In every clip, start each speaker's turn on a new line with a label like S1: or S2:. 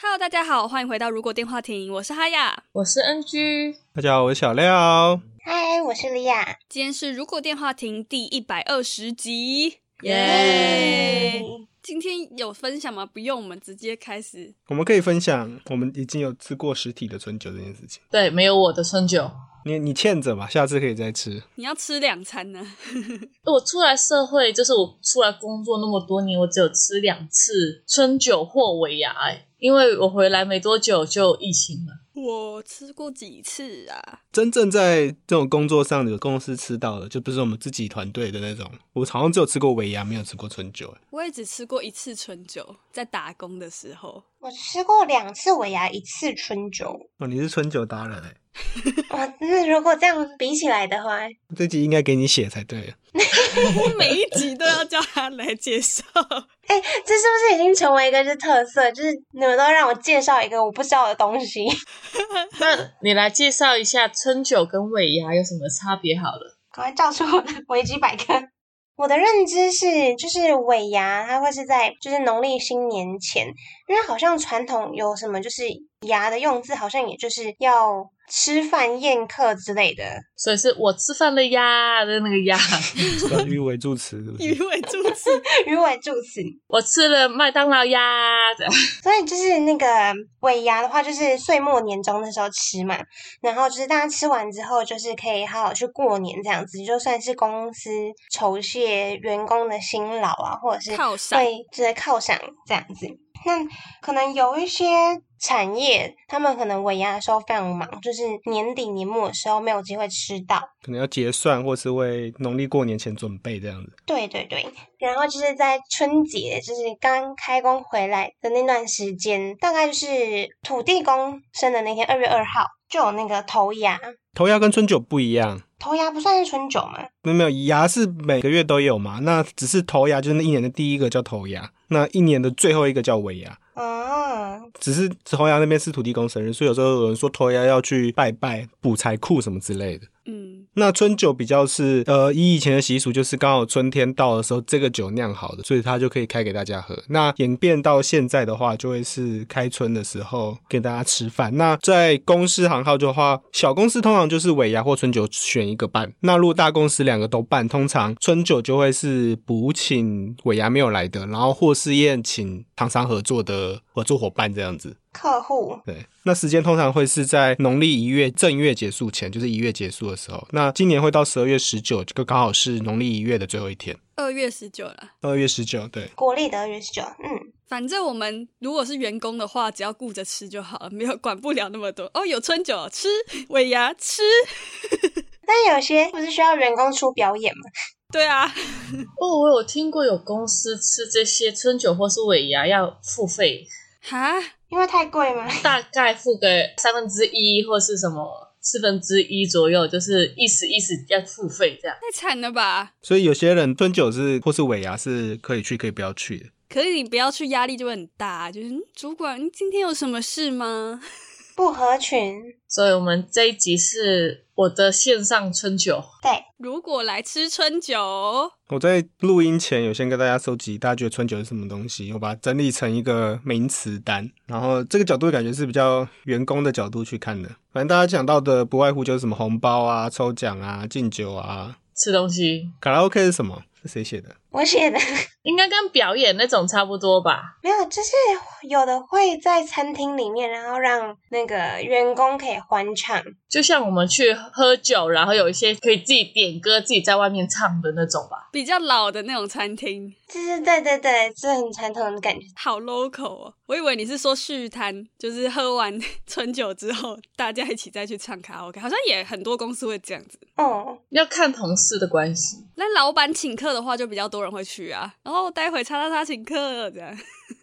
S1: Hello，大家好，欢迎回到《如果电话亭》，我是哈雅。
S2: 我是 NG，
S3: 大家好，我是小廖。
S4: 嗨，我是莉亚。
S1: 今天是《如果电话亭》第一百二十集，
S2: 耶！
S1: 今天有分享吗？不用，我们直接开始。
S3: 我们可以分享，我们已经有吃过实体的春酒这件事情。
S2: 对，没有我的春酒。
S3: 你你欠着吧，下次可以再吃。
S1: 你要吃两餐呢？
S2: 我出来社会，就是我出来工作那么多年，我只有吃两次春酒或尾牙、欸，因为我回来没多久就疫情了。
S1: 我吃过几次啊？
S3: 真正在这种工作上有公司吃到的，就不是我们自己团队的那种。我好像只有吃过尾牙，没有吃过春酒。
S1: 我也只吃过一次春酒，在打工的时候。
S4: 我吃过两次尾牙，一次春 酒。
S3: 哦，你是春酒达人哎、
S4: 哇，那如果这样比起来的话，
S3: 这集应该给你写才对。
S1: 我每一集都要叫他来介绍。
S4: 哎，这是不是已经成为一个是特色？就是你们都让我介绍一个我不知道的东西。
S2: 那你来介绍一下春酒跟尾牙有什么差别好了？
S4: 赶快照出我的维基百科。我的认知是，就是尾牙，它会是在就是农历新年前，因为好像传统有什么就是牙的用字，好像也就是要吃饭宴客之类的。
S2: 所以是我吃饭了呀的那个呀，
S3: 鱼尾助词是不
S1: 鱼
S3: 是？
S1: 尾助词，
S4: 鱼尾助词，
S2: 我吃了麦当劳呀的。
S4: 所以就是那个尾牙的话，就是岁末年终的时候吃嘛，然后就是大家吃完之后，就是可以好好去过年这样子，就算是公司酬谢员工的辛劳啊，或者是
S1: 犒赏
S4: 会就是犒赏这样子。那可能有一些产业，他们可能尾牙的时候非常忙，就是年底年末的时候没有机会吃到，
S3: 可能要结算，或是为农历过年前准备这样子。
S4: 对对对，然后就是在春节，就是刚开工回来的那段时间，大概就是土地公生的那天，二月二号就有那个头牙。
S3: 头牙跟春酒不一样，
S4: 头牙不算是春酒嘛？
S3: 没有没有，牙是每个月都有嘛，那只是头牙就是那一年的第一个叫头牙，那一年的最后一个叫尾牙。
S4: 啊，
S3: 只是头牙那边是土地公生日，所以有时候有人说头牙要去拜拜补财库什么之类的。
S1: 嗯，
S3: 那春酒比较是呃，以以前的习俗就是刚好春天到的时候，这个酒酿好的，所以它就可以开给大家喝。那演变到现在的话，就会是开春的时候给大家吃饭。那在公司行号的话，小公司通常就是尾牙或春酒选一个办。那如果大公司两个都办，通常春酒就会是补请尾牙没有来的，然后或是宴请厂商合作的合作伙伴这样子。
S4: 客户
S3: 对，那时间通常会是在农历一月正月结束前，就是一月结束的时候。那今年会到十二月十九，这个刚好是农历一月的最后一天。
S1: 二月十九了。
S3: 二月十九，对，
S4: 国历的二月十九，嗯，
S1: 反正我们如果是员工的话，只要顾着吃就好了，没有管不了那么多。哦，有春酒吃，尾牙吃，
S4: 但有些不是需要员工出表演吗？
S1: 对啊，
S2: 哦，我有听过有公司吃这些春酒或是尾牙要付费，
S1: 哈，
S4: 因为太贵吗？
S2: 大概付个三分之一或是什么四分之一左右，就是意思意思要付费这样。
S1: 太惨了吧！
S3: 所以有些人春酒是或是尾牙是可以去，可以不要去的。
S1: 可是你不要去，压力就会很大。就是嗯主管，你今天有什么事吗？
S4: 不合群，
S2: 所以我们这一集是我的线上春酒，
S4: 对，
S1: 如果来吃春酒，
S3: 我在录音前有先跟大家收集，大家觉得春酒是什么东西，我把它整理成一个名词单，然后这个角度感觉是比较员工的角度去看的。反正大家讲到的不外乎就是什么红包啊、抽奖啊、敬酒啊。
S2: 吃东西
S3: 卡拉 OK 是什么？是谁写的？
S4: 我写的
S2: 应该跟表演那种差不多吧？
S4: 没有，就是有的会在餐厅里面，然后让那个员工可以欢唱。
S2: 就像我们去喝酒，然后有一些可以自己点歌，自己在外面唱的那种吧。
S1: 比较老的那种餐厅，
S4: 就是对对对，这很传统的感觉。
S1: 好 local 哦。我以为你是说续摊，就是喝完春酒之后，大家一起再去唱卡拉 OK，好像也很多公司会这样子。
S4: 哦，
S2: 要看同事的关系，
S1: 那老板请客的话，就比较多人会去啊。然后待会叉叉叉请客这样，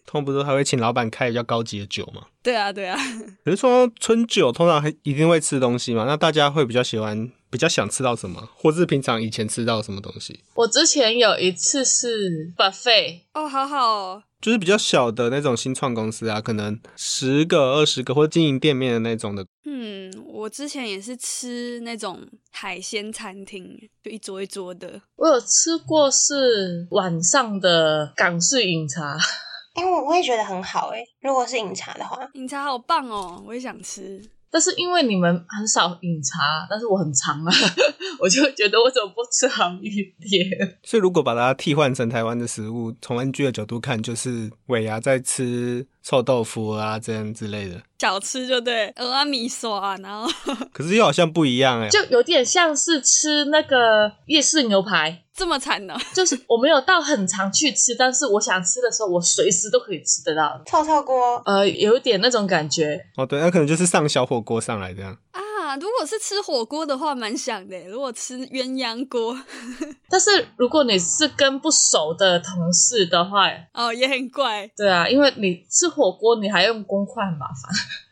S3: 通常不是还会请老板开比较高级的酒嘛？
S1: 对啊，对啊，
S3: 可是说到春酒，通常还一定会吃东西嘛？那大家会比较喜欢，比较想吃到什么，或是平常以前吃到什么东西？
S2: 我之前有一次是 buffet，
S1: 哦，好好哦，
S3: 就是比较小的那种新创公司啊，可能十个、二十个，或者经营店面的那种的。
S1: 嗯，我之前也是吃那种海鲜餐厅，就一桌一桌的，
S2: 我有吃过是晚上的港式饮茶，
S4: 哎、我我也觉得很好哎、如果是饮茶的话，
S1: 饮茶好棒哦，我也想吃。
S2: 但是因为你们很少饮茶，但是我很常啊， 我就觉得我怎么不吃航一 点？
S3: 所以如果把它替换成台湾的食物，从 NG 的角度看，就是尾牙在吃臭豆腐啊这样之类的，
S1: 小吃就对，俄阿米索啊，然后
S3: 可是又好像不一样哎、
S2: 就有点像是吃那个夜市牛排，
S1: 这么惨哦呢、
S2: 就是我没有到很常去吃，但是我想吃的时候，我随时都可以吃得到。
S4: 臭臭锅
S2: 呃，有点那种感觉，
S3: 哦，对，那可能就是上小火锅上来这样。
S1: 啊！如果是吃火锅的话，蛮想的。如果吃鸳鸯锅，
S2: 但是如果你是跟不熟的同事的话，
S1: 哦，也很怪。
S2: 对啊，因为你吃火锅你还用公筷，很麻烦。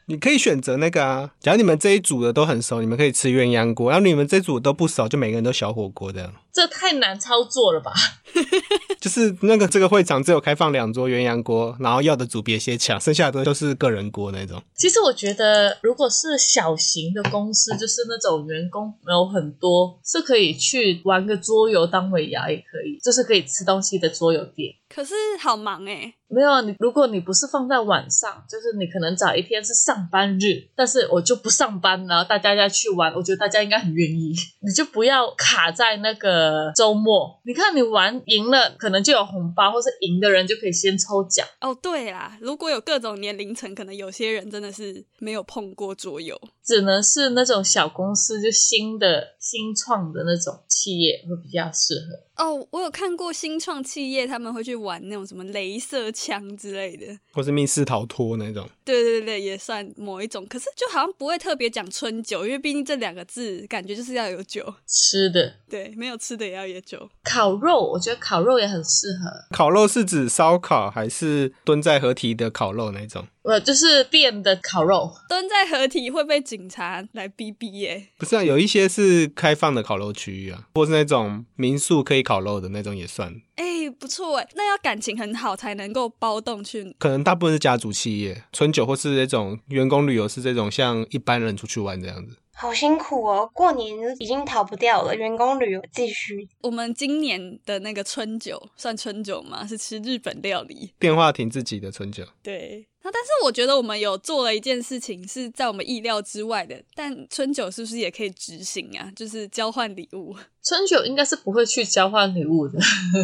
S3: 你可以选择那个啊，假如你们这一组的都很熟，你们可以吃鸳鸯锅；然后你们这组都不熟，就每个人都小火锅这样。
S2: 这太难操作了吧？
S3: 就是那个这个会场只有开放两桌鸳鸯锅，然后要的组别先抢，剩下的都是个人锅那种。
S2: 其实我觉得，如果是小型的公司，就是那种员工没有很多，是可以去玩个桌游当尾牙也可以，就是可以吃东西的桌游店。
S1: 可是好忙哎，
S2: 没有啊，你如果你不是放在晚上，就是你可能找一天是上班日，但是我就不上班，然后大家再去玩，我觉得大家应该很愿意。 你就不要卡在那个周末。你看你玩赢了，可能就有红包，或是赢的人就可以先抽奖。
S1: 哦，对啦，如果有各种年龄层，可能有些人真的是没有碰过桌游。
S2: 只能是那种小公司，就新的新创的那种企业会比较适合。
S1: 哦，我有看过新创企业他们会去玩那种什么镭射枪之类的，
S3: 或是密室逃脱那种。
S1: 对对对，也算某一种。可是就好像不会特别讲春酒，因为毕竟这两个字感觉就是要有酒，
S2: 吃的
S1: 对，没有吃的也要有酒。
S2: 烤肉，我觉得烤肉也很适合，
S3: 烤肉是指烧烤还是蹲在合体的烤肉那种？
S2: 呃，就是店的烤肉。
S1: 蹲在合体会被警察来逼逼耶。
S3: 不是啊，有一些是开放的烤肉区域啊，或是那种民宿可以烤肉的那种也算。
S1: 哎，不错哎，那要感情很好才能够包动去。
S3: 可能大部分是家族企业、春酒或是那种员工旅游，是这种像一般人出去玩这样子。
S4: 好辛苦哦，过年已经逃不掉了，员工旅游继续。
S1: 我们今年的那个春酒算春酒吗？是吃日本料理。
S3: 电话亭自己的春酒，
S1: 对，那但是我觉得我们有做了一件事情是在我们意料之外的，但春酒是不是也可以执行啊？就是交换礼物，
S2: 春酒应该是不会去交换礼物的，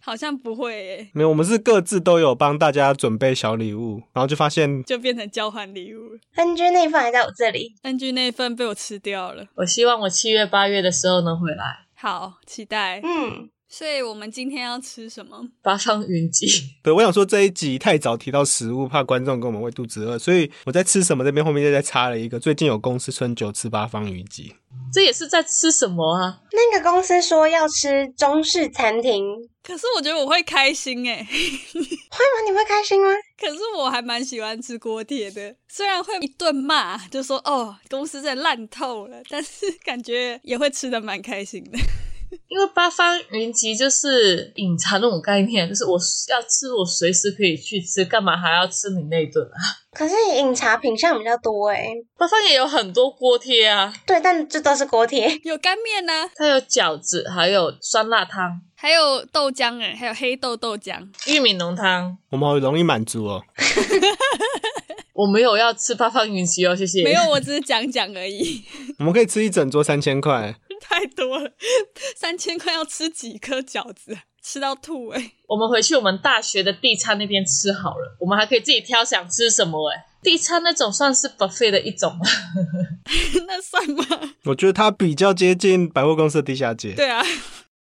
S1: 好像不会耶，
S3: 没有，我们是各自都有帮大家准备小礼物，然后就发现
S1: 就变成交换礼物了。
S4: NG 那一份还在我这里，
S1: NG 那一份被我吃掉了，
S2: 我希望我七月八月的时候能回来，
S1: 好期待。
S4: 嗯，
S1: 所以我们今天要吃什么？
S2: 八方云集。
S3: 对，我想说这一集太早提到食物，怕观众跟我们会肚子饿，所以我在吃什么这边后面又再插了一个，最近有公司春酒吃八方云集，
S2: 这也是在吃什么啊？
S4: 那个公司说要吃中式餐厅，
S1: 可是我觉得我会开心哎，
S4: 会吗？你会开心吗？
S1: 可是我还蛮喜欢吃锅贴的，虽然会一顿骂，就说哦公司真的烂透了，但是感觉也会吃的蛮开心的。
S2: 因为八方云集就是饮茶那种概念，就是我要吃，我随时可以去吃，干嘛还要吃你那一顿啊？
S4: 可是饮茶品相比较多哎，
S2: 八方也有很多锅贴啊，
S4: 对，但这都是锅贴。
S1: 有干面啊呢、
S2: 它有饺子，还有酸辣汤、
S1: 还有豆浆哎，还有黑豆豆浆。
S2: 玉米浓汤。
S3: 我们好容易满足哦。
S2: 我没有要吃八方云集哦，谢谢。
S1: 没有，我只是讲讲而已，
S3: 我们可以吃一整桌三千块，
S1: 太多了，三千块要吃几颗饺子啊，吃到吐哎、
S2: 我们回去我们大学的地餐那边吃好了，我们还可以自己挑想吃什么哎。地餐那种算是 buffet 的一种吗？
S1: 那算吗？
S3: 我觉得它比较接近百货公司的地下 街。
S1: 对啊，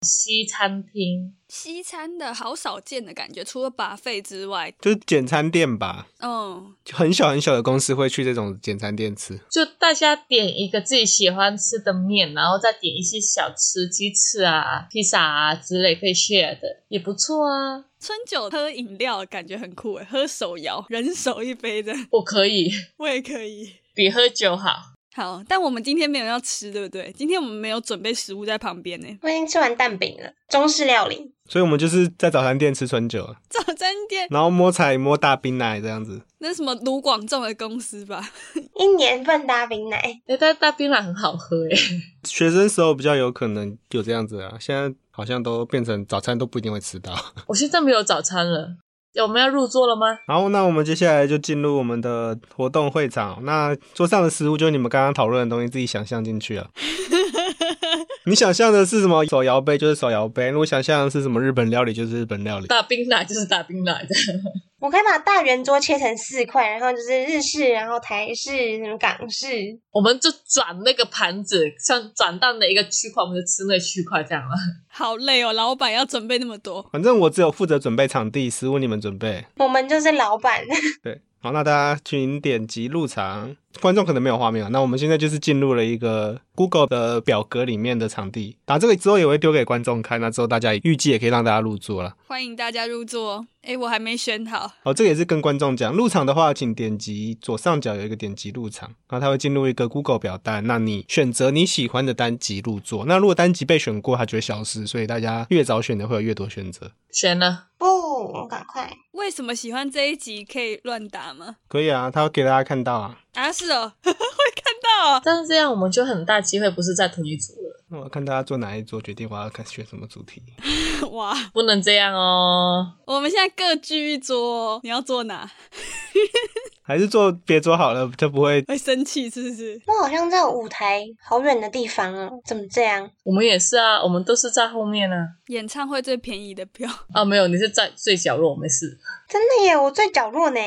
S2: 西餐厅，
S1: 西餐的好少见的感觉，除了 buffet 之外，
S3: 就是简餐店吧，
S1: 嗯，
S3: 就很小很小的公司会去这种简餐店吃。
S2: 就大家点一个自己喜欢吃的面，然后再点一些小吃，鸡翅啊、披萨啊之类可以 share 的，也不错啊。
S1: 春酒喝饮料感觉很酷诶，欸喝手摇，人手一杯的，
S2: 我可以
S1: 我也可以。
S2: 比喝酒好，
S1: 好，但我们今天没有要吃，对不对？今天我们没有准备食物在旁边欸呢。
S4: 我已经吃完蛋饼了，中式料理。
S3: 所以我们就是在早餐店吃春酒，
S1: 早餐店
S3: 然后摸彩摸大冰奶这样子。
S1: 那什么卢广仲的公司吧，
S4: 一年份大冰奶，
S2: 哎，但大冰奶很好喝哎。
S3: 学生时候比较有可能有这样子啊，现在好像都变成早餐都不一定会吃到。
S2: 我现在没有早餐了，我们要入座了吗？
S3: 好，那我们接下来就进入我们的活动会场。那桌上的食物就是你们刚刚讨论的东西，自己想象进去了。你想象的是什么？手摇杯就是手摇杯，如果想象的是什么日本料理就是日本料理。
S2: 大冰奶 就是大冰奶的，
S4: 我可以把大圆桌切成四块，然后就是日式，然后台式，什么港式。
S2: 我们就转那个盘子，像转蛋的一个区块，我们就吃那个区块这样了。
S1: 好累哦，老板要准备那么多，
S3: 反正我只有负责准备场地，食物你们准备。
S4: 我们就是老板，
S3: 对，好，那大家请点击入场。观众可能没有画面啊，那我们现在就是进入了一个 Google 的表格里面的场地，打这个之后也会丢给观众看，那之后大家预计也可以让大家入座了。
S1: 欢迎大家入座。哎，我还没选好，
S3: 好，这个也是跟观众讲，入场的话，请点击左上角有一个点击入场，然后它会进入一个 Google 表单，那你选择你喜欢的单集入座。那如果单集被选过，它就会消失，所以大家越早选的会有越多选择。
S2: 选了，
S4: 不，哦赶快。
S1: 为什么喜欢这一集可以乱打吗？
S3: 可以啊，它会给大家看到啊，
S1: 啊，是哦， 会看到哦。
S2: 但是这样我们就很大机会不是在同一组了，
S3: 那我看大家坐哪一桌，决定我要看选什么主题。
S1: 哇，
S2: 不能这样哦。
S1: 哦我们现在各居一桌哦，你要坐哪？
S3: 还是坐别桌好了，就不会。
S1: 会生气是不是？
S4: 我好像在舞台好远的地方哦，怎么这样？
S2: 我们也是啊，我们都是在后面啊。
S1: 演唱会最便宜的票，
S2: 啊，没有，你是在最角落，没事。
S4: 真的耶，我最角落呢，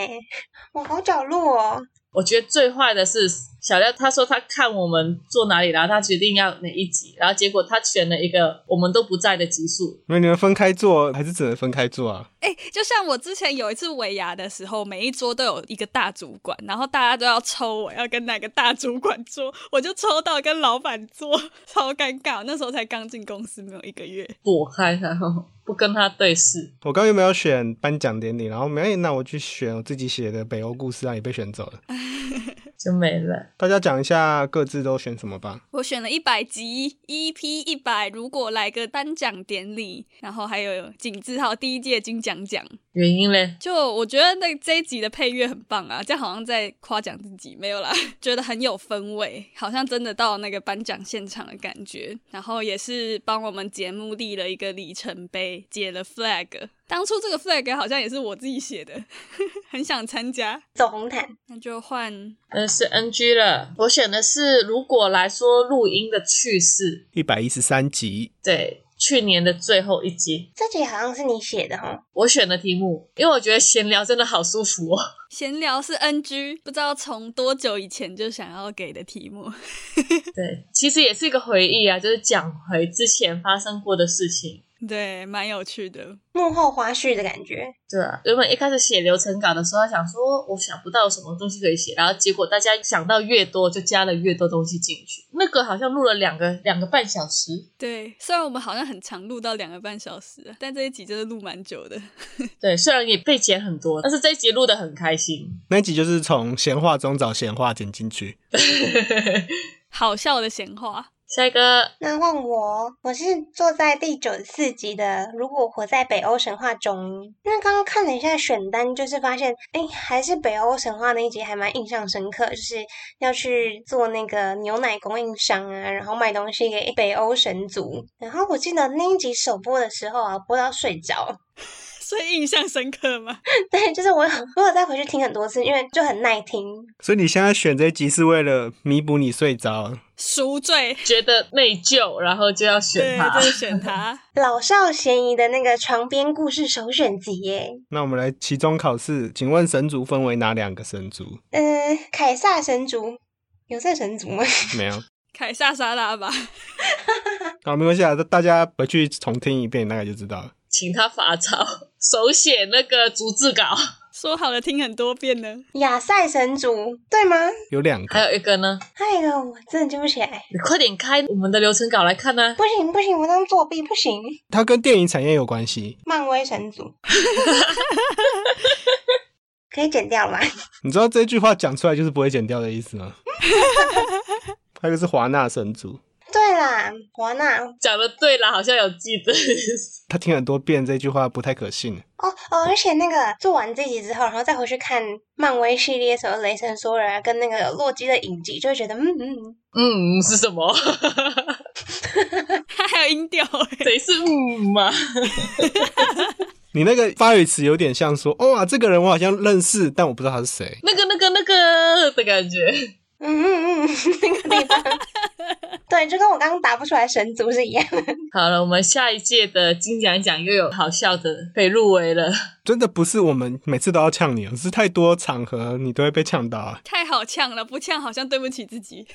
S4: 我好角落哦。
S2: 我觉得最坏的是小廖，他说他看我们坐哪里，然后他决定要哪一集，然后结果他选了一个我们都不在的集数，
S3: 因为你们分开坐，还是只能分开坐啊？
S1: 哎、就像我之前有一次尾牙的时候，每一桌都有一个大主管，然后大家都要抽我要跟哪个大主管坐，我就抽到跟老板坐，超尴尬。那时候才刚进公司没有一个月，
S2: 躲开然后不跟他对视。
S3: 我刚原本要选颁奖典礼，然后没、哎那我去选我自己写的北欧故事啊，也被选走了。
S2: 就没了。
S3: 大家讲一下各自都选什么吧。
S1: 我选了一百集 EP 一百，如果来个颁奖典礼，然后还有景字号第一届金奖奖，
S2: 原因嘞？
S1: 就我觉得那这一集的配乐很棒啊，这样好像在夸奖自己，没有啦， 觉得很有氛围，好像真的到那个颁奖现场的感觉。然后也是帮我们节目立了一个里程碑，解了 flag。当初这个 flag 好像也是我自己写的， 很想参加。
S4: 走红毯，
S1: 那就换
S2: 嗯，是 NG 了。我选的是如果来说录音的趣事，
S3: 一百一十三集，
S2: 对，去年的最后一集
S4: 这集好像是你写的哦。
S2: 我选的题目，因为我觉得闲聊真的好舒服哦。
S1: 闲聊是 NG，不知道从多久以前就想要给的题目。
S2: 对，其实也是一个回忆啊，就是讲回之前发生过的事情。
S1: 对，蛮有趣的。
S4: 幕后花絮的感觉，
S2: 对啊，原本一开始写流程稿的时候，想说我想不到什么东西可以写，然后结果大家想到越多，就加了越多东西进去。那个好像录了两个两个半小时，
S1: 对，虽然我们好像很长录到两个半小时，但这一集真的录蛮久的。
S2: 对，虽然也被剪很多，但是这一集录的很开心。
S3: 那一集就是从闲话中找闲话剪进去。
S1: 好笑的闲话。
S2: 下一个
S4: 那换我，我是坐在第九十四集的。如果活在北欧神话中，因为刚刚看了一下选单，就是发现，哎，还是北欧神话那一集还蛮印象深刻，就是要去做那个牛奶供应商啊，然后卖东西给北欧神族。然后我记得那一集首播的时候啊，播到睡着。
S1: 所以印象深刻吗？
S4: 对，就是我有我有再回去听很多次，因为就很耐听。
S3: 所以你现在选这一集是为了弥补你睡着，
S1: 赎罪，
S2: 觉得内疚，然后就要选
S1: 对，
S2: 他
S1: 就。是选他。
S4: 老少咸宜的那个床边故事首选集耶，
S3: 那我们来期中考试，请问神族分为哪两个神族？
S4: 呃，凯撒神族有这神族吗？
S3: 没有，
S1: 凯撒沙拉吧。
S3: 好，没关系啊，大家回去重听一遍，大概就知道了。
S2: 请他罚抄， 手写那个逐字稿。
S1: 说好了听很多遍呢，
S4: 亚赛神族对吗？
S3: 有两
S2: 还
S3: 个，
S2: 有一个呢，
S4: 还有一个我真的记不起来，
S2: 你快点开我们的流程稿来看啊呢、
S4: 不行不行，我当作弊不行。
S3: 它跟电影产业有关系。
S4: 漫威神族 可以剪掉了吗？
S3: 你知道这句话讲出来就是不会剪掉的意 思吗？还有一个是华纳神族，
S4: 对啦，华纳
S2: 讲的对了，好像有记得。 嗯
S3: 他听很多遍这句话不太可信。
S4: 哦哦，而且那个做完这集之后，然后再回去看漫威系列什么雷神索尔啊，跟那个洛基的影集，就会觉得嗯嗯，嗯
S2: 嗯，是什么？
S1: 他还有音调哎，
S2: 谁是嗯吗？
S3: 你那个发语词有点像说，哦、哇，这个人我好像认识，但我不知道他是谁。
S2: 那个、那个、那个的感觉。
S4: 嗯嗯嗯， 那个地方，对，就跟我刚刚答不出来神族是一样的。
S2: 好了，我们下一届的金奖奖又有好笑的被入围了。
S3: 真的不是我们每次都要呛你，哦是太多场合你都会被呛到啊、
S1: 太好呛了，不呛好像对不起自己。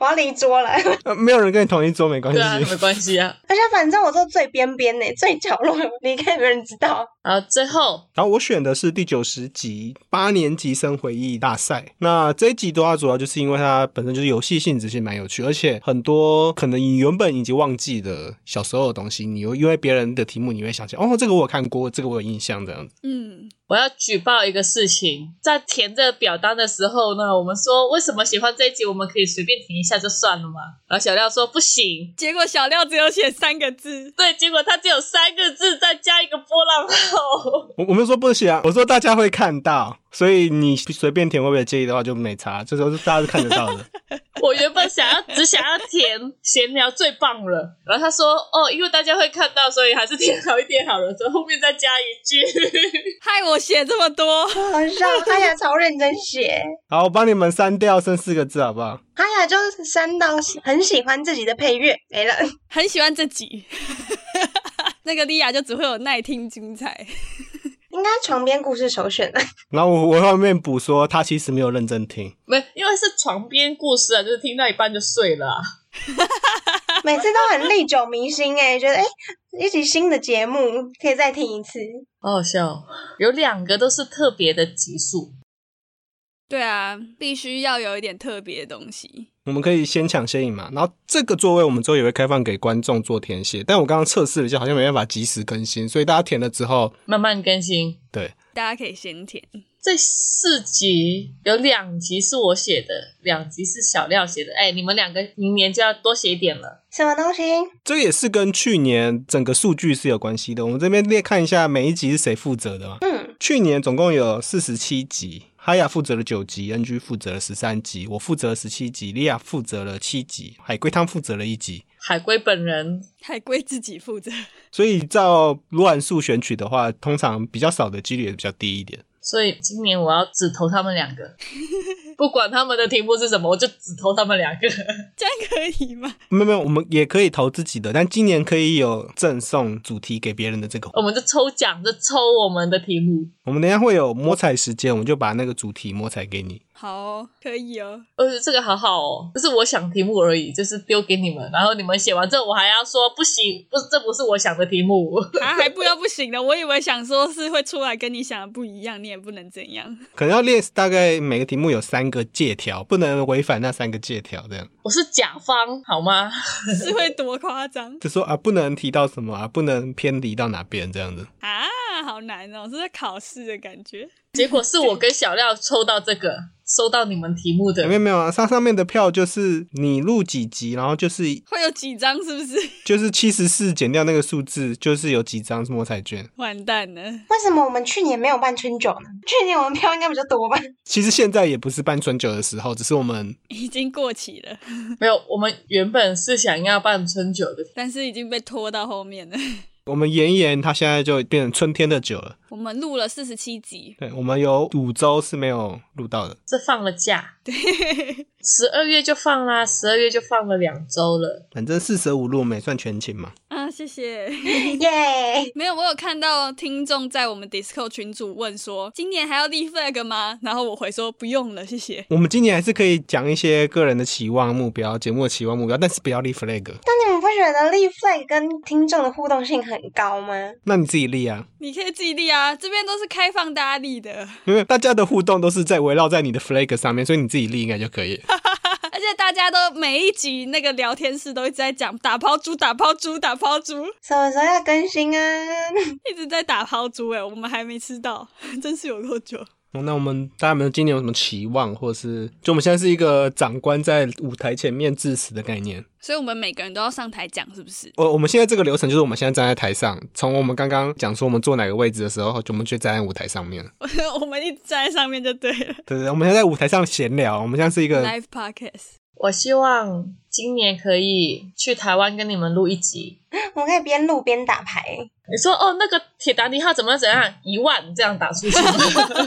S4: 我要离桌了， 而
S3: 呃没有人跟你同一桌没关系。
S2: 对啊，没关系啊。
S4: 且反正我坐最边边呢，最角落，离开没人知道。
S2: 好，最后
S3: 然后我选的是第九十集八年级生回忆大赛。那这一集的话，主要就是因为它本身就是游戏性质是蛮有趣，而且很多可能你原本已经忘记的小时候的东西，你又因为别人的题目，你会想起哦，这个我有看过，这个我有印象这样子。
S1: 嗯，
S2: 我要举报一个事情，在填这个表单的时候呢，我们说为什么喜欢这一集，我们可以随便填一下就算了嘛。然后小廖说不行，
S1: 结果小廖只有写三个字，
S2: 对，结果他只有三个字，再加一个波浪号。
S3: 我我没有说不行啊，我说大家会看到，所以你随便填会不会介意的话就没差，这时候是大家是看得到的。
S2: 我原本想要只想要填闲聊最棒了，然后他说哦，因为大家会看到，所以还是填好一点好了，所以后面再加一句。
S1: 害我写这么多。
S4: 好笑，哎呀，超认真写。
S3: 好，我帮你们删掉剩四个字好不好？
S4: 哎呀，就是删到很喜欢自己的配乐没了。
S1: 很喜欢这集。 那个莉亚就只会有耐听精彩，
S4: 应该床边故事首选了。
S3: 然后我我后面补说他其实没有认真听，
S2: 没，因为是床边故事啊，就是听到一半就睡了啊、
S4: 每次都很历久弥新哎，觉得哎、一集新的节目可以再听一次。
S2: 好好笑哦，有两个都是特别的集数。
S1: 对啊，必须要有一点特别的东西。
S3: 我们可以先抢先赢嘛。然后这个座位我们之后也会开放给观众做填写，但我刚刚测试了一下，好像没办法及时更新，所以大家填了之后，
S2: 慢慢更新。
S3: 对，
S1: 大家可以先填，
S2: 这四集有两集是我写的，两集是小廖写的。哎，你们两个明年就要多写一点了。
S4: 什么东西？
S3: 这也是跟去年整个数据是有关系的。我们这边列看一下每一集是谁负责的嘛。
S4: 嗯，
S3: 去年总共有四十七集，哈雅负责了九集，NG 负责了十三集，我负责了十七集，莉亚负责了七集，海龟汤负责了一集。
S2: 海龟本人
S1: 海龟自己负责。
S3: 所以照罗兰数选取的话，通常比较少的几率也比较低一点。
S2: 所以今年我要只投他们两个，不管他们的题目是什么，我就只投他们两个。
S1: 这样可以吗？
S3: 没有没有，我们也可以投自己的，但今年可以有赠送主题给别人的这个。
S2: 我们就抽奖，就抽我们的题目。
S3: 我们等一下会有摸彩时间，我们就把那个主题摸彩给你。
S1: 好哦、可以哦。
S2: 而且这个好好哦，就是我想题目而已，就是丢给你们，然后你们写完之后，我还要说不行，不，这不是我想的题目。
S1: 啊，还不要不行的，我以为想说是会出来跟你想的不一样，你也不能怎样。
S3: 可能要列大概每个题目有三个借条，不能违反那三个借条。这样
S2: 我是甲方好吗？
S1: 是会多夸张
S3: 就说啊，不能提到什么啊，不能偏离到哪边这样子。
S1: 啊？好难哦，是在考试的感觉。
S2: 结果是我跟小廖抽到这个，收到你们题目的
S3: 没。有没有啊，上上面的票就是你录几集，然后就是
S1: 会有几张是不 是？
S3: 就是七十四减掉那个数字，就是有几张摸彩券。
S1: 完蛋了，
S4: 为什么我们去年没有办春酒呢？去年我们票应该比较多吧？
S3: 其实现在也不是办春酒的时候，只是我们
S1: 已经过期了，
S2: 没有，我们原本是想要办春酒的，
S1: 但是已经被拖到后面了。
S3: 我们延一延，它现在就变成春天的酒了。
S1: 我们录了四十七集，
S3: 对，我们有五周是没有录到的。
S2: 是放了假， 对，十二月就放啦，十二月就放了两周了。
S3: 反正四舍五入，我们也算全勤嘛。
S1: 啊，谢谢。
S4: 耶！
S1: 没有，我有看到听众在我们 Disco 群组问说，今年还要立 flag 吗？然后我回说不用了，谢谢。
S3: 我们今年还是可以讲一些个人的期望目标，节目的期望目标，但是不要立 flag。
S4: 但你们不觉得立 flag 跟听众的互动性很高吗？
S3: 那你自己立啊，
S1: 你可以自己立啊，这边都是开放大家立的，
S3: 因为大家的互动都是在围绕在你的 flag 上面，所以你自己立应该就可以了。
S1: 而且大家都每一集那个聊天室都一直在讲打抛猪、打抛猪、打抛猪，
S4: 什么时候要更新啊？
S1: 一直在打抛猪哎、我们还没吃到， 真是有够久。
S3: 哦那我们大家有没有今年有什么期望，或者是就我们现在是一个长官在舞台前面致辞的概念？哦
S1: 所以我们每个人都要上台讲，是不是？
S3: 我我们现在这个流程就是我们现在站在台上，从我们刚刚讲说我们坐哪个位置的时候，就我们就站在舞台上面。
S1: 我们一直站在上面就对了。
S3: 对对，对我们现在在舞台上闲聊，我们现在是一个
S1: Live podcast，
S2: 我希望今年可以去台湾跟你们录一集。
S4: 我可以边录边打牌，
S2: 你说哦，那个铁达尼号怎么样怎样，一万这样打出去，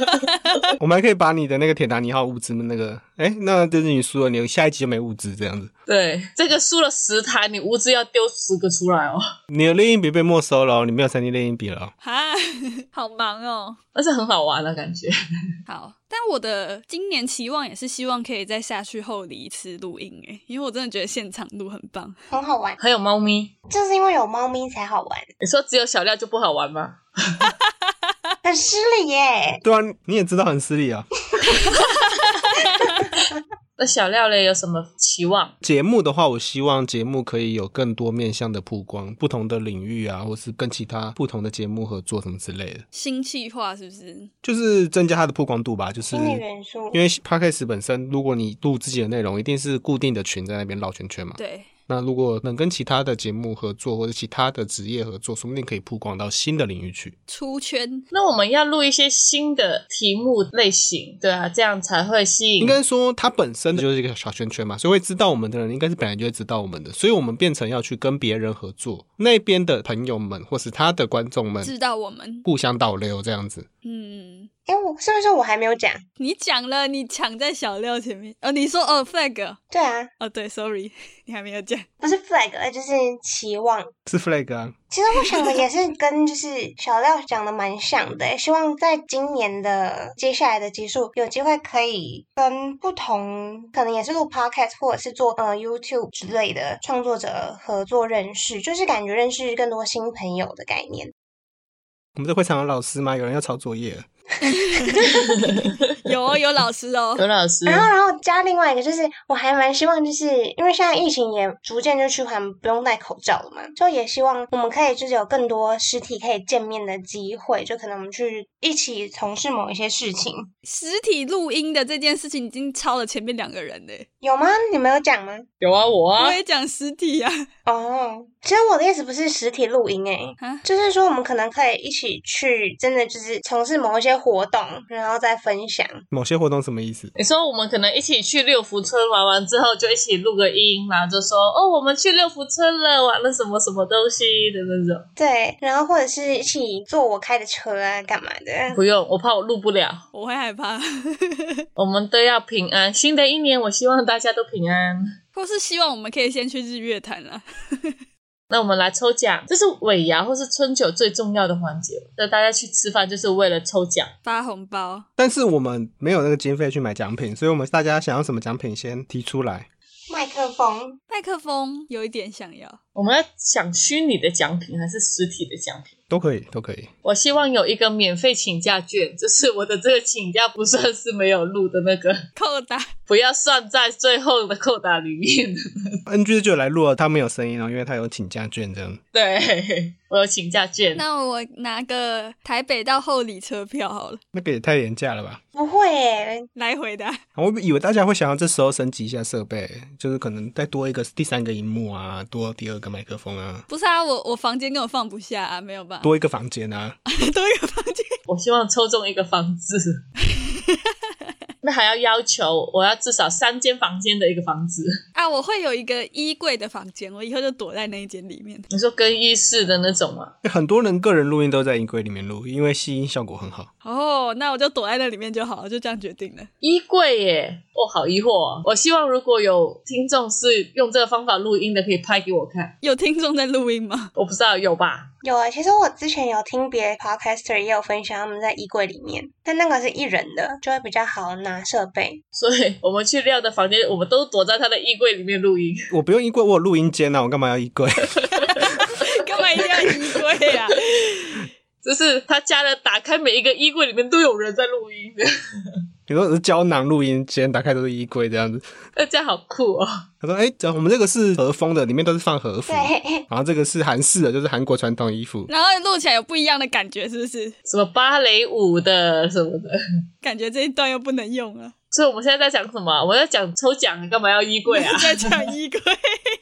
S3: 我们还可以把你的那个铁达尼号物资那个，哎，那就是你输了，你下一集就没物资这样子，
S2: 对，这个输了十台，你物资要丢十个出来哦，
S3: 你的猎鹰笔被没收了哦，你没有三 D 猎鹰笔了哦。
S1: 哈， 好忙哦。
S2: 但是很好玩的感觉。
S1: 好，但我的今年期望也是希望可以再下去后里一次录音诶，因为我真的觉得现场录很棒。
S4: 很好玩。
S2: 还有猫咪，
S4: 就是因为有猫咪才好玩，
S2: 你说只有小料就不好玩吗？
S4: 很失礼耶。
S3: 对啊，你也知道很失礼啊。
S2: 那小料嘞有什么期望？
S3: 节目的话，我希望节目可以有更多面向的曝光，不同的领域啊，或是跟其他不同的节目合作什么之类的，
S1: 新气化是不是？
S3: 就是增加它的曝光度吧。就是
S4: 新的元素
S3: 因为 podcast 本身，如果你录自己的内容，一定是固定的群在那边绕圈圈嘛。
S1: 对，
S3: 那如果能跟其他的节目合作，或者其他的职业合作，说不定可以曝光到新的领域去。
S1: 出圈
S2: 那我们要录一些新的题目类型，对啊，这样才会吸
S3: 应
S2: 引。
S3: 该说，它本身就是一个小圈圈嘛，所以会知道我们的人，应该是本来就会知道我们的，所以我们变成要去跟别人合作，那边的朋友们或是他的观众们
S1: 知道我们，
S3: 互相导流这样子。
S1: 嗯，
S4: 哎、我是不是我还没有讲？
S1: 你讲了，你抢在小廖前面，哦，你说哦 flag，
S4: 对啊，
S1: 哦对，sorry，你 还没有讲，
S4: 不是 flag，就是呃期望。
S3: 是 flag 啊，
S4: 其实我想的也是跟就是小廖讲的蛮像的，希望在今年的接下来的集数有机会可以跟不同，可能也是录 podcast 或者是做呃 YouTube 之类的创作者合作认识，就是感觉认识更多新朋友的概念。
S3: 我们这会场有老师吗？有人要抄作业了，
S1: 有哦，有老师哦，
S2: 刘老师，
S4: 然后，然后加另外一个就是，我还蛮希望，就是因为现在疫情也逐渐就趋缓，不用戴口罩了嘛，就也希望我们可以就是有更多实体可以见面的机会，就可能我们去一起从事某一些事情，
S1: 实体录音的这件事情已经超了前面两个人嘞，
S4: 有吗？你们有讲吗？
S2: 有啊，我啊
S1: 我，也讲实体啊，
S4: 哦，其实我的意思不是实体录音诶、
S1: 啊
S4: 就是说我们可能可以一起去，真的就是从事某一些活动，然后再分享。
S3: 某些活动什么意思？
S2: 你说我们可能一起去六福村玩完之后，就一起录个音，然后就说哦，我们去六福村了，玩了什么什么东西的那种。
S4: 对，然后或者是一起坐我开的车啊，干嘛的？
S2: 不用，我怕我录不了。
S1: 我会害怕，
S2: 我们都要平安。新的一年，我希望大家都平安。
S1: 或是希望我们可以先去日月潭啊啦。
S2: 那我们来抽奖，这是尾牙或是春酒最重要的环节。那大家去吃饭就是为了抽奖。
S1: 发红包，
S3: 但是我们没有那个经费去买奖品，所以我们大家想要什么奖品先提出来。
S4: 麦克风，
S1: 麦克风有一点想要，
S2: 我们要想虚拟的奖品还是实体的奖品？
S3: 都可以，都可以。
S2: 我希望有一个免费请假券，就是我的这个请假不算是没有录的那个，
S1: 扣打，
S2: 不要算在最后的扣打里面。
S3: NG 就有来录了，他没有声音哦了，因为他有请假券这样。
S2: 对，我有请假券。
S1: 那我拿个台北到后里车票好了，
S3: 那个也太廉价了吧！
S4: 不会欸诶、
S1: 来回的啊、
S3: 我以为大家会想要这时候升级一下设备，就是可能再多一个第三个荧幕啊，多第二个麦克风啊，
S1: 不是啊，我我房间根本放不下啊，没有 办法，
S3: 多一个房间啊。
S1: 多一个房间，
S2: 我希望抽中一个房子。那还要要求我要至少三间房间的一个房子。
S1: 啊，我会有一个衣柜的房间，我以后就躲在那一间里面。
S2: 你说更衣室的那种吗？
S3: 很多人个人录音都在衣柜里面录，因为吸音效果很好。
S1: 哦，那我就躲在那里面就好了，就这样决定了。
S2: 衣柜耶，哦，好疑惑哦、我希望如果有听众是用这个方法录音的，可以拍给我看。
S1: 有听众在录音吗？
S2: 我不知道有吧？
S4: 有啊，其实我之前有听别的 podcaster 也有分享他们在衣柜里面，但那个是一人的，就会比较好拿设备。
S2: 所以我们去廖的房间，我们都躲在他的衣柜里面录音。
S3: 我不用衣柜，我有录音间啊，我干嘛要衣柜？
S1: 干嘛一定要衣柜啊？
S2: 就是他家的打开每一个衣柜里面都有人在录音，
S3: 你说我是胶囊录音间，打开都是衣柜这样子。
S2: 那这样好酷哦。
S3: 他说：“哎、这我们这个是和风的，里面都是放和服，
S4: 对，
S3: 然后这个是韩式的，就是韩国传统衣服。
S1: 然后录起来有不一样的感觉，是不是？
S2: 什么芭蕾舞的什么的。
S1: 感觉这一段又不能用了，
S2: 所以我们现在在讲什么？啊我们在讲抽奖，干嘛要衣柜 啊？
S1: 在讲衣柜。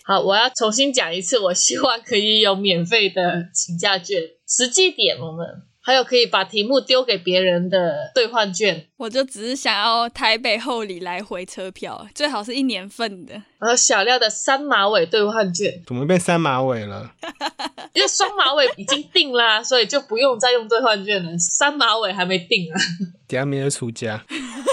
S2: 好，我要重新讲一次，我希望可以有免费的请假券，实际点我们还有可以把题目丢给别人的兑换券，
S1: 我就只是想要台北后里来回车票，最好是一年份的。
S2: 然后小廖的三马尾兑换券，
S3: 怎么变三马尾了？
S2: 因为双马尾已经定啦，所以就不用再用兑换券了，三马尾还没定啊。
S3: 等一下明天就出家。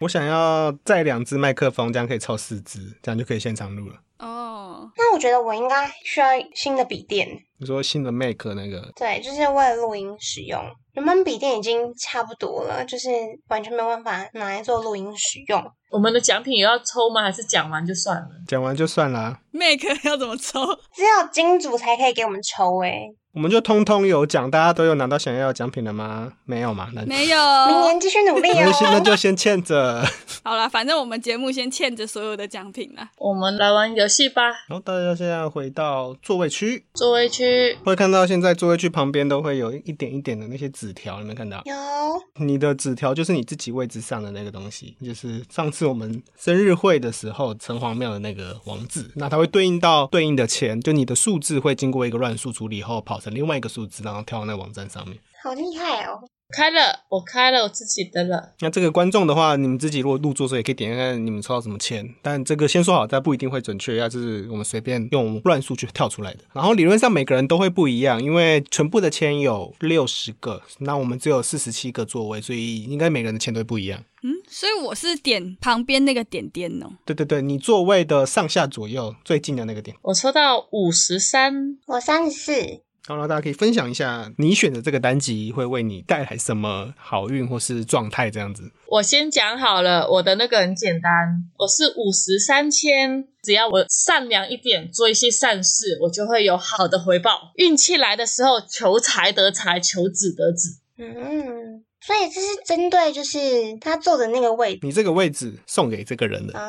S3: 我想要再两只麦克风，这样可以凑四只，这样就可以现场录了。
S1: 哦，
S4: 那我觉得我应该需要新的笔电，
S3: 你说新的 Mac 那个，
S4: 对，就是为了录音使用。原本笔电已经差不多了，就是完全没有办法拿来做录音使用。
S2: 我们的奖品也要抽吗？还是讲完就算了？
S3: 讲完就算啦，
S1: make 要怎么抽？
S4: 只有金主才可以给我们抽欸诶、
S3: 我们就通通有奖，大家都有拿到想要的奖品了吗？没有嘛？那
S1: 没有。
S4: 明年继续努 力
S3: 那
S4: 哦
S3: 就。先 那就先欠着。
S1: 好啦，反正我们节目先欠着所有的奖品啦。
S2: 我们来玩游戏吧，
S3: 然后大家现在回到座位区，
S2: 座位区。
S3: 会看到现在座位区旁边都会有一点一点的那些纸条，有没有看到？
S4: 有，
S3: 你的纸条就是你自己位置上的那个东西，就是上次我们生日会的时候城隍庙的那个王字，那它会对应到对应的钱，就你的数字会经过一个乱数处理后跑成另外一个数字，然后跳到那个网站上面。
S4: 好厉害哦！
S2: 开了，我开了我自己的了。
S3: 那这个观众的话，你们自己如果入座的时候也可以点看看你们抽到什么钱，但这个先说好，它不一定会准确，要是我们随便用乱数去跳出来的。然后理论上每个人都会不一样，因为全部的签有六十个，那我们只有四十七个座位，所以应该每个人的签都会不一样。
S1: 嗯，所以我是点旁边那个点点哦。
S3: 对对对，你座位的上下左右最近的那个点，
S2: 我抽到五十三，
S4: 我三十四，
S3: 好然后大家可以分享一下你选的这个单集会为你带来什么好运或是状态这样子。
S2: 我先讲好了，我的那个很简单，我是五十三千，只要我善良一点，做一些善事，我就会有好的回报。运气来的时候，求财得财，求子得子。
S4: 嗯，所以这是针对就是他坐的那个位置
S3: 你这个位置送给这个人的，
S4: 啊。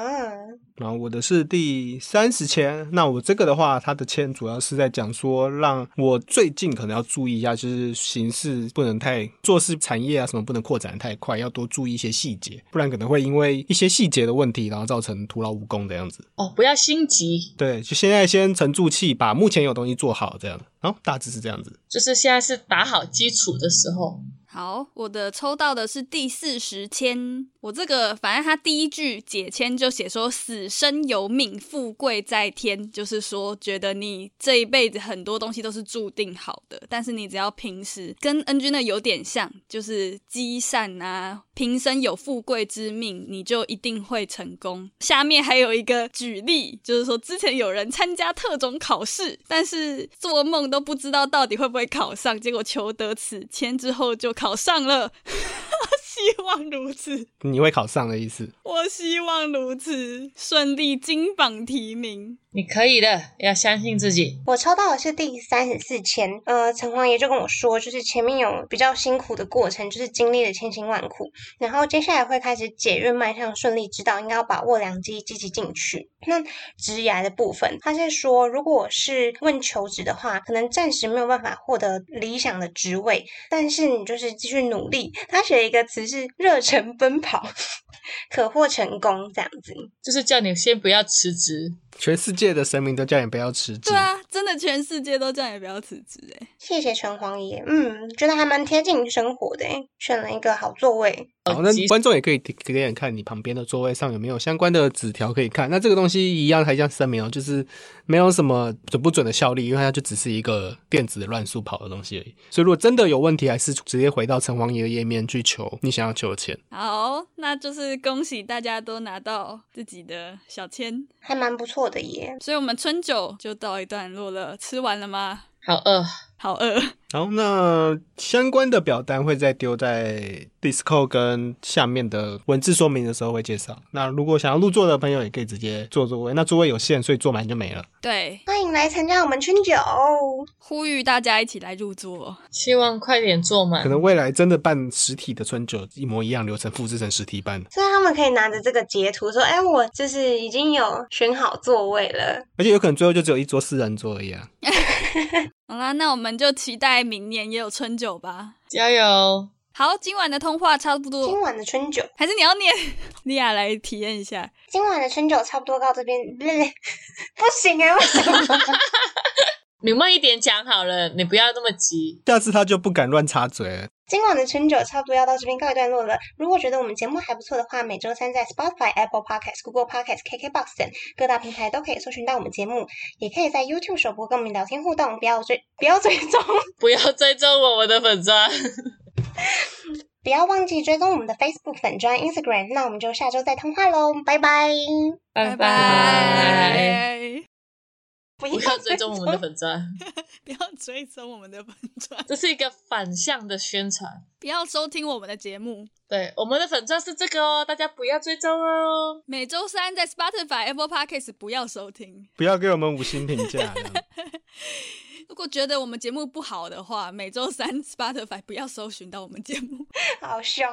S3: 然后我的是第三十签，那我这个的话，它的签主要是在讲说，让我最近可能要注意一下，就是形式不能太做事产业啊什么不能扩展得太快，要多注意一些细节，不然可能会因为一些细节的问题，然后造成徒劳无功的样子。
S2: 哦，不要心急，
S3: 对，就现在先沉住气，把目前有东西做好，这样。然后大致是这样子。
S2: 就是现在是打好基础的时候。
S1: 好，我的抽到的是第四十签。我这个反正他第一句解签就写说“死生由命，富贵在天”，就是说觉得你这一辈子很多东西都是注定好的，但是你只要平时跟 NG 那有点像，就是积善啊，平生有富贵之命，你就一定会成功。下面还有一个举例，就是说之前有人参加特种考试，但是做梦都不知道到底会不会考上，结果求得此签之后就考上了。 希望如此，
S3: 你会考上的意思，
S1: 我希望如此，顺利金榜题名。
S2: 你可以的，要相信自己。
S4: 我抽到的是第三十四签，呃，城隍爷就跟我说，就是前面有比较辛苦的过程，就是经历了千辛万苦，然后接下来会开始解运，迈向顺利之道，应该要把握良机，积极进取。那职涯的部分，他是说，如果是问求职的话，可能暂时没有办法获得理想的职位，但是你就是继续努力。他写了一个词是热忱奔跑， 可获成功这样子。
S2: 就是叫你先不要辞职，
S3: 全世界的神明都叫你不要辞职。
S1: 对啊，真的全世界都叫你不要辞职哎、
S4: 谢谢城隍爷，嗯，觉得还蛮贴近生活的诶，选了一个好座位。
S3: 好，那观众也可以给点看你旁边的座位上有没有相关的纸条可以看。那这个东西一样还像声明哦，就是没有什么准不准的效力，因为它就只是一个电子乱速跑的东西而已。所以如果真的有问题，还是直接回到城隍爷的页面去求你想要求的钱。
S1: 好，那就是恭喜大家都拿到自己的小签，
S4: 还蛮不错的耶，
S1: 所以我们春酒就到一段落了。吃完了吗？
S2: 好饿，
S1: 好饿，
S3: 好，那相关的表单会再丢在 Disco 跟下面的文字说明的时候会介绍。那如果想要入座的朋友，也可以直接坐座位。那座位有限，所以坐满就没了。
S1: 对，
S4: 欢迎来参加我们春酒。
S1: 呼吁大家一起来入座。
S2: 希望快点坐满
S3: 可。能未来真的办实体的春酒，一模一样流程复制成实体版，
S4: 所以他们可以拿着这个截图说：“哎，我就是已经有选好座位了。
S3: 而且有可能最后就只有一桌四人桌而已啊。
S1: 好啦，那我们就期待明年也有春酒吧。
S2: 加油！
S1: 好，今晚的通话差不”
S4: 今
S1: 多，
S4: 晚的春酒，
S1: 还是你要念？ 莉亚来体验一下。
S4: 今晚的春酒差不多到这边，不是不行啊，为什么？
S2: 你慢一点讲好了，你不要这么急。
S3: 下次他就不敢乱插嘴了。
S4: 今晚的春酒差不多要到这边告一段落了。如果觉得我们节目还不错的话，每周三在 Spotify、Apple Podcast、Google Podcast、KKBox 等各大平台都可以搜寻到我们节目，也可以在 YouTube 首播跟我们聊天互动。不要追，不要追踪，
S2: 不要追踪我们的粉砖，
S4: 不要忘记追踪我们的 Facebook 粉专、Instagram。那我们就下周再通话喽，拜拜！
S2: 拜拜。
S1: 拜，
S4: 不
S2: 不要追踪我们的粉 砖，
S1: 不要追踪我们的粉钻，
S2: 这是一个反向的宣传。
S1: 不要收听我们的节目。
S2: 对，我们的粉钻是这个哦，大家不要追踪哦。
S1: 每周三在 Spotify、Apple Podcast 不要收听。
S3: 不要给我们五星评价，这样
S1: 如果觉得我们节目不好的话，每周三 Spotify 不要搜寻到我们节目。
S4: 好凶。